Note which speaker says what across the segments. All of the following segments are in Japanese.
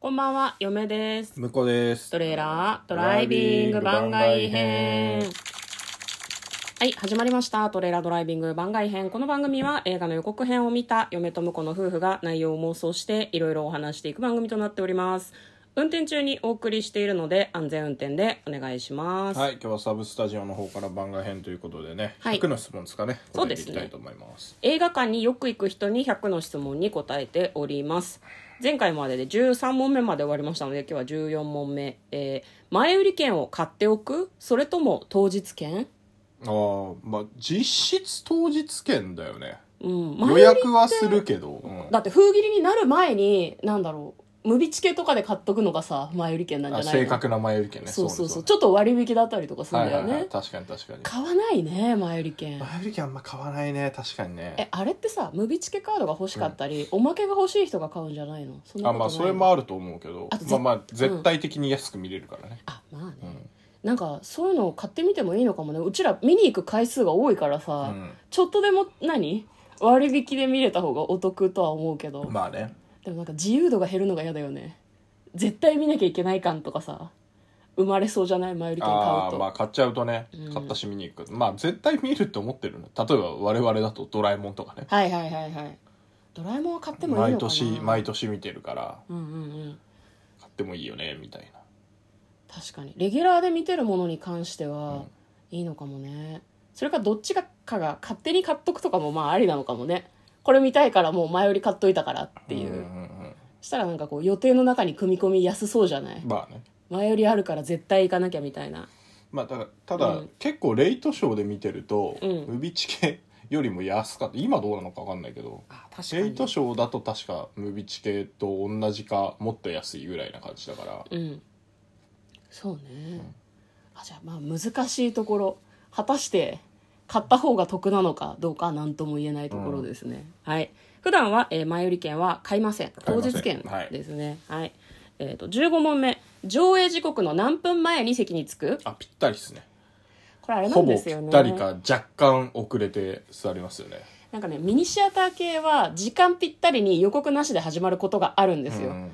Speaker 1: こんばんは、嫁です。
Speaker 2: 向こうです。
Speaker 1: トレーラードライビング番外編。はい、始まりました。トレーラードライビング番外編。この番組は映画の予告編を見た嫁と婿の夫婦が内容を妄想していろいろお話していく番組となっております。運転中にお送りしているので安全運転でお願いします。
Speaker 2: はい、今日はサブスタジオの方から番外編ということでね、
Speaker 1: はい
Speaker 2: 100の質問ですかね、
Speaker 1: そう
Speaker 2: 答
Speaker 1: で
Speaker 2: え
Speaker 1: す
Speaker 2: てい
Speaker 1: ね
Speaker 2: きたいと思います。
Speaker 1: 映画館によく行く人に100の質問に答えております前回までで13問目まで終わりましたので今日は14問目、えー前売り券を買っておくそれとも当日券
Speaker 2: ああ、まあ実質当日券だよね。
Speaker 1: うん前売
Speaker 2: 予
Speaker 1: り
Speaker 2: 約はするけど、うん
Speaker 1: だって封切りになる前になんだろう無備チケとかで買っとくのがさ前売り券なんじ
Speaker 2: あ
Speaker 1: ゃないの
Speaker 2: 正確な前売り券ね。
Speaker 1: そうそうそう
Speaker 2: ね
Speaker 1: ちょっと割引だったりとかするん
Speaker 2: はい
Speaker 1: だ
Speaker 2: は
Speaker 1: よ
Speaker 2: い
Speaker 1: ね、
Speaker 2: はい、確かに確かに。
Speaker 1: 買わないね前売り券
Speaker 2: 前売り券あんま買わないね、確かに
Speaker 1: え
Speaker 2: ね。
Speaker 1: あれってさ無備チケカードが欲しかったり、おまけが欲しい人が買うんじゃないのそんな
Speaker 2: あ
Speaker 1: ことない
Speaker 2: まあそれもあると思うけど
Speaker 1: あと、
Speaker 2: まあまあ絶対的に安く見れるからね。
Speaker 1: あまあね、
Speaker 2: うん
Speaker 1: なんかそういうのを買ってみてもいいのかもねうちら見に行く回数が多いから
Speaker 2: う
Speaker 1: さ、
Speaker 2: ん
Speaker 1: ちょっとでも何割引で見れた方がお得とは思うけど、
Speaker 2: まあね。
Speaker 1: でもなんか自由度が減るのが嫌だよね絶対見なきゃいけない感とかさ生まれそうじゃない前売り券買
Speaker 2: あ
Speaker 1: う
Speaker 2: あ
Speaker 1: と、
Speaker 2: まあ買っちゃうとね
Speaker 1: うん
Speaker 2: 買ったし見に行く、まあ絶対見るって思ってるの例えば我々だと「ドラえもん」とかね
Speaker 1: はいはいはいはいドラえもんは買ってもいいのかな
Speaker 2: 毎年毎年見てるから
Speaker 1: うんうんうん
Speaker 2: 買ってもいいよねみたいな
Speaker 1: 確かにレギュラーで見てるものに関して
Speaker 2: う
Speaker 1: は
Speaker 2: ん
Speaker 1: いいのかもね、それかどっちかが勝手に買っとくとかもまあありなのかもねこれ見たいからもう前より買っといたからっていう、
Speaker 2: んん
Speaker 1: したらなんかこう予定の中に組み込みやすそうじゃない
Speaker 2: うんまあね
Speaker 1: 前よりあるから絶対行かなきゃみたいな
Speaker 2: まあただただ、
Speaker 1: うん
Speaker 2: 結構レイトショーで見てると、
Speaker 1: うん
Speaker 2: ムビチケよりも安かった今どうなのか分かんないけど
Speaker 1: あ確
Speaker 2: レイトショーだと確かムビチケと同じかもっと安いぐらいな感じだから
Speaker 1: うんそうね、あじゃあまあ難しいところ果たして買った方が得なのかどうかは何とも言えないところですね、はい普段は、えー前売り券は買いません
Speaker 2: 買
Speaker 1: 当
Speaker 2: いません
Speaker 1: 日券
Speaker 2: はい
Speaker 1: ですねはい、えー、と15問目上映時刻の何分前に席に着く
Speaker 2: あぴったりですね
Speaker 1: これあれな
Speaker 2: ほ
Speaker 1: ん
Speaker 2: ぼ
Speaker 1: で
Speaker 2: ぴ
Speaker 1: すよね
Speaker 2: ったりか若干遅れて座りますよね
Speaker 1: なんかねミニシアター系は時間ぴったりに予告なしで始まることがあるんですよ、
Speaker 2: うん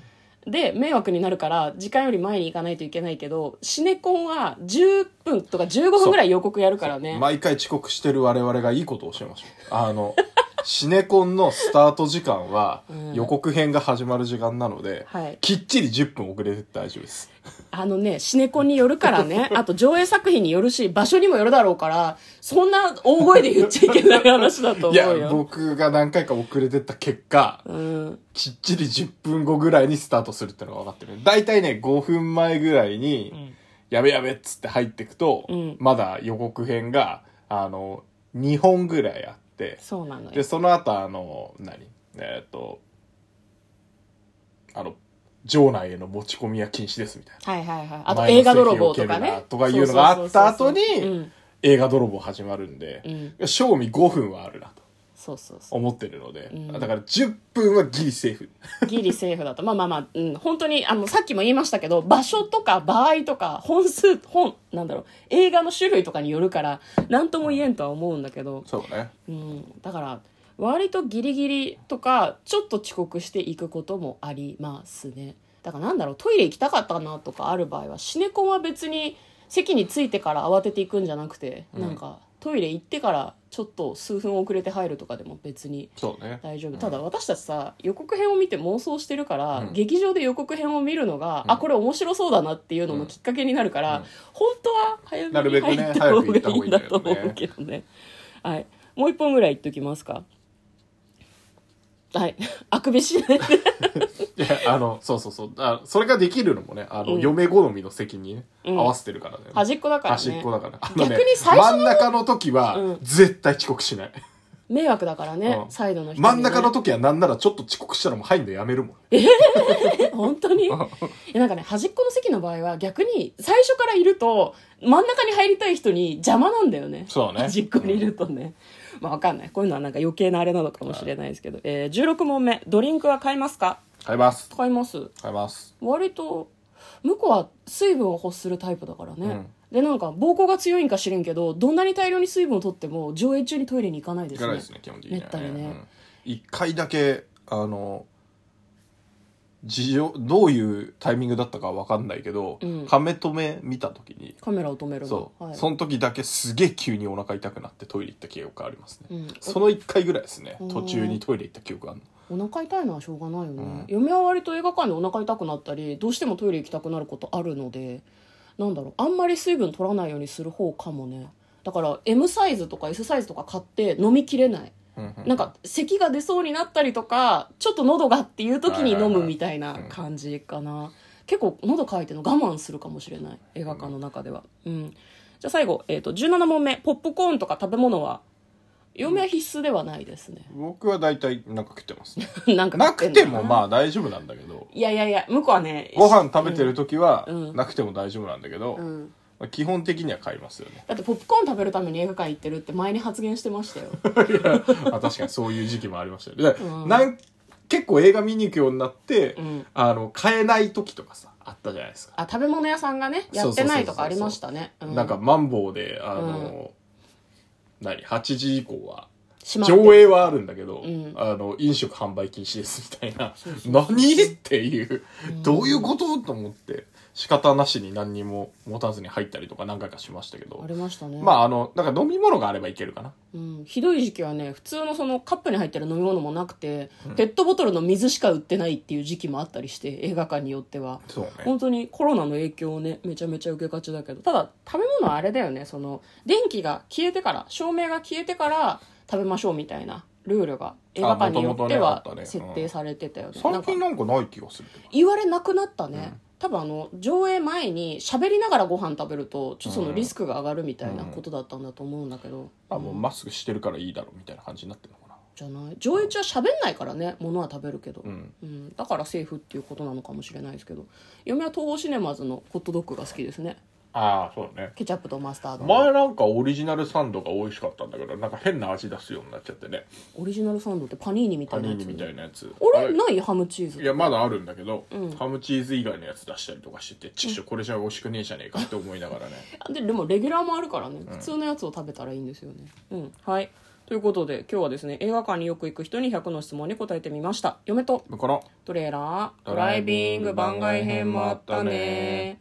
Speaker 1: で迷惑になるから時間より前に行かないといけないけどシネコンは10分とか15分ぐらい予告やるからね
Speaker 2: 毎回遅刻してる我々がいいことを教えましょう あのシネコンのスタート時間は
Speaker 1: うん
Speaker 2: 予告編が始まる時間なので、
Speaker 1: はい
Speaker 2: きっちり10分遅れて大丈夫です
Speaker 1: あのねシネコンによるからね あと上映作品によるし場所にもよるだろうからそんな大声で言っちゃいけない話だと思
Speaker 2: い
Speaker 1: よ
Speaker 2: うや僕が何回か遅れてった結果
Speaker 1: うん
Speaker 2: きっちり10分後ぐらいにスタートするってのが分かってる大体ね5分前ぐらいに、やべやべっつって入ってくと、
Speaker 1: うん
Speaker 2: まだ予告編があの2本ぐらいあって
Speaker 1: そうなのよ
Speaker 2: でその後あの何えーっ、とあの場内への持ち込みは禁止ですみたいな
Speaker 1: はいはいはいあと
Speaker 2: 前の
Speaker 1: 映画泥棒とか
Speaker 2: 席を蹴るな
Speaker 1: ね
Speaker 2: とかいうのがあった後に
Speaker 1: そうそうそうそううん
Speaker 2: 映画泥棒始まるんで、
Speaker 1: う
Speaker 2: 賞味5分はあるなと
Speaker 1: そうそうそう
Speaker 2: 思ってるので、
Speaker 1: ん
Speaker 2: だから10分はギリセーフ
Speaker 1: ギリセーフだと。まあまあまあ、うん、本当に、あの、さっきも言いましたけど、場所とか場合とか、本数、本、なんだろう、映画の種類とかによるから、なんとも言えんとは思うんだけど、
Speaker 2: そうね
Speaker 1: うん、だから、割とギリギリとか、ちょっと遅刻していくこともありますね。だからなんだろう、トイレ行きたかったなとかある場合は、シネコンは別に、席に着いてから慌てていくんじゃなくて、
Speaker 2: うん
Speaker 1: なんか、トイレ行ってから、ちょっと数分遅れて入るとかでも別に
Speaker 2: そうね
Speaker 1: 大丈夫ただ私たちさ予告編を見て妄想してるから、
Speaker 2: うん
Speaker 1: 劇場で予告編を見るのが、あこれ面白そうだなっていうののきっかけになるから、
Speaker 2: うん
Speaker 1: 本当は早
Speaker 2: な
Speaker 1: めに
Speaker 2: るべくね
Speaker 1: 入った方
Speaker 2: 早く行った
Speaker 1: がいいん
Speaker 2: 方がいいん
Speaker 1: だ
Speaker 2: だ
Speaker 1: と
Speaker 2: よね
Speaker 1: 思うけどねはいもう一本ぐらい言っときますかはい あくびしないで
Speaker 2: いや あのそうそうそうあそれができるのもねあの、
Speaker 1: うん
Speaker 2: 嫁好みの席にね、
Speaker 1: うん
Speaker 2: 合わせてるからね
Speaker 1: 端っこだから
Speaker 2: 端っ
Speaker 1: ね
Speaker 2: こだから、あのね
Speaker 1: 逆に最初の
Speaker 2: 真ん中の時は、
Speaker 1: うん
Speaker 2: 絶対遅刻しない
Speaker 1: 迷惑だからね、
Speaker 2: うん
Speaker 1: サイドの人にね、
Speaker 2: 真ん中の時はなんならちょっと遅刻したらもう入んのやめるもん
Speaker 1: え本当にいやなんかね端っこの席の場合は逆に最初からいると真ん中に入りたい人に邪魔なんだよね
Speaker 2: そうね
Speaker 1: 端っこにいるとね、まあわかんないこういうのはなんか余計なあれなのかもしれないですけど、えー16問目ドリンクは買いますか
Speaker 2: 買います
Speaker 1: 買います
Speaker 2: 買います
Speaker 1: 割と向こうは水分を欲するタイプだからね、
Speaker 2: うん
Speaker 1: でなんか膀胱が強いんか知れんけどどんなに大量に水分を取っても上映中にトイレに行かないで
Speaker 2: い
Speaker 1: す
Speaker 2: かな
Speaker 1: ね
Speaker 2: いですね基本的には
Speaker 1: めったにね
Speaker 2: うん一回だけあの事情どういうタイミングだったかわかんないけど、
Speaker 1: うん
Speaker 2: カメ止め見た時に
Speaker 1: カメラを止めるの
Speaker 2: そう、
Speaker 1: はい、
Speaker 2: その時だけすげえ急にお腹痛くなってトイレ行った記憶がありますね、
Speaker 1: うん
Speaker 2: その1回ぐらいですね
Speaker 1: うん
Speaker 2: 途中にトイレ行った記憶があるの
Speaker 1: お腹痛いのはしょうがないよね、
Speaker 2: うん
Speaker 1: 嫁は割と映画館でお腹痛くなったりどうしてもトイレ行きたくなることあるのでなんだろうあんまり水分取らないようにする方かもねだから M サイズとか S サイズとか買って飲みきれない
Speaker 2: うんうん
Speaker 1: なんか咳が出そうになったりとかちょっと喉がっていう時に飲むみたいな
Speaker 2: はいはいはいうん
Speaker 1: 感じかな結構喉乾いてるの我慢するかもしれない映画館の中ではうんじゃあ最後、えー、と17問目ポップコーンとか食べ物は嫁は必須ではないですね、
Speaker 2: 僕は大体なんか食ってますね
Speaker 1: なんか
Speaker 2: なくても
Speaker 1: あ
Speaker 2: まあ大丈夫なんだけど
Speaker 1: いやいやいや向こうはね
Speaker 2: ご飯食べてる時は
Speaker 1: うん
Speaker 2: なくても大丈夫なんだけど、
Speaker 1: うんうん
Speaker 2: まあ基本的には買いますよ ね
Speaker 1: だってポップコーン食べるために映画館行ってるって前に発言してましたよ
Speaker 2: あ確かにそういう時期もありましたよねだから
Speaker 1: うん
Speaker 2: なん結構映画見に行くようになって、
Speaker 1: うん
Speaker 2: あの買えない時とかさあったじゃないですか、
Speaker 1: あ食べ物屋さんがねやってないとかありましたねう
Speaker 2: なんかマンボウであの、何8時以降は
Speaker 1: 閉まってる
Speaker 2: 上映はあるんだけど、
Speaker 1: ん
Speaker 2: あの飲食販売禁止ですみたいな
Speaker 1: そうそうそう
Speaker 2: 何っていうどういうことと思って仕方なしに何にも持たずに入ったりとか何回かしましたけ
Speaker 1: あ
Speaker 2: ど
Speaker 1: りましたね
Speaker 2: まああのなんか飲み物があればいけるかな
Speaker 1: うん、ひどい時期はね普通のそのカップに入ってる飲み物もなくて、ペットボトルの水しか売ってないっていう時期もあったりして映画館によっては
Speaker 2: そうね
Speaker 1: 本当にコロナの影響をねめちゃめちゃ受けがちだけどただ食べ物はあれだよねその電気が消えてから照明が消えてから食べましょうみたいなルールが映画館によっては
Speaker 2: 元々ねあったねうん
Speaker 1: 設定されてたよねな
Speaker 2: 最
Speaker 1: んか
Speaker 2: 近なんかない気がするけど
Speaker 1: 言われなくなったね、
Speaker 2: うん
Speaker 1: 多分あの上映前に喋りながらご飯食べるとちょっとそのリスクが上がるみたいなことだったんだと思うんだけど、
Speaker 2: あもうマスクしてるからいいだろうみたいな感じになってるのか
Speaker 1: じゃない上映中は喋んないからね物は食べるけど、う
Speaker 2: なんうん
Speaker 1: だからセーフっていうことなのかもしれないですけど嫁は東宝シネマズのホットドッグが好きですね
Speaker 2: ああそうだね
Speaker 1: ケチャップとマスタード
Speaker 2: 前なんかオリジナルサンドが美味しかったんだけどなんか変な味出すようになっちゃってね
Speaker 1: オリジナルサンドってパニーニみた
Speaker 2: パ
Speaker 1: いな
Speaker 2: ニー
Speaker 1: や
Speaker 2: ニ
Speaker 1: つ
Speaker 2: みたいなやつ
Speaker 1: あ
Speaker 2: あ
Speaker 1: れ
Speaker 2: れ
Speaker 1: ないハムチーズ
Speaker 2: いやまだあるんだけど、
Speaker 1: うん
Speaker 2: ハムチーズ以外のやつ出したりとかしててちくしょうこれじゃ美味しくねえじゃねえかって思いなが らね
Speaker 1: ででもレギュラーもあるからね普通のやつを食べたらいいんですよねうん、はいということで今日はですね映画館によく行く人に100の質問に答えてみました嫁と
Speaker 2: この
Speaker 1: トレーラードライビング番外編もあったね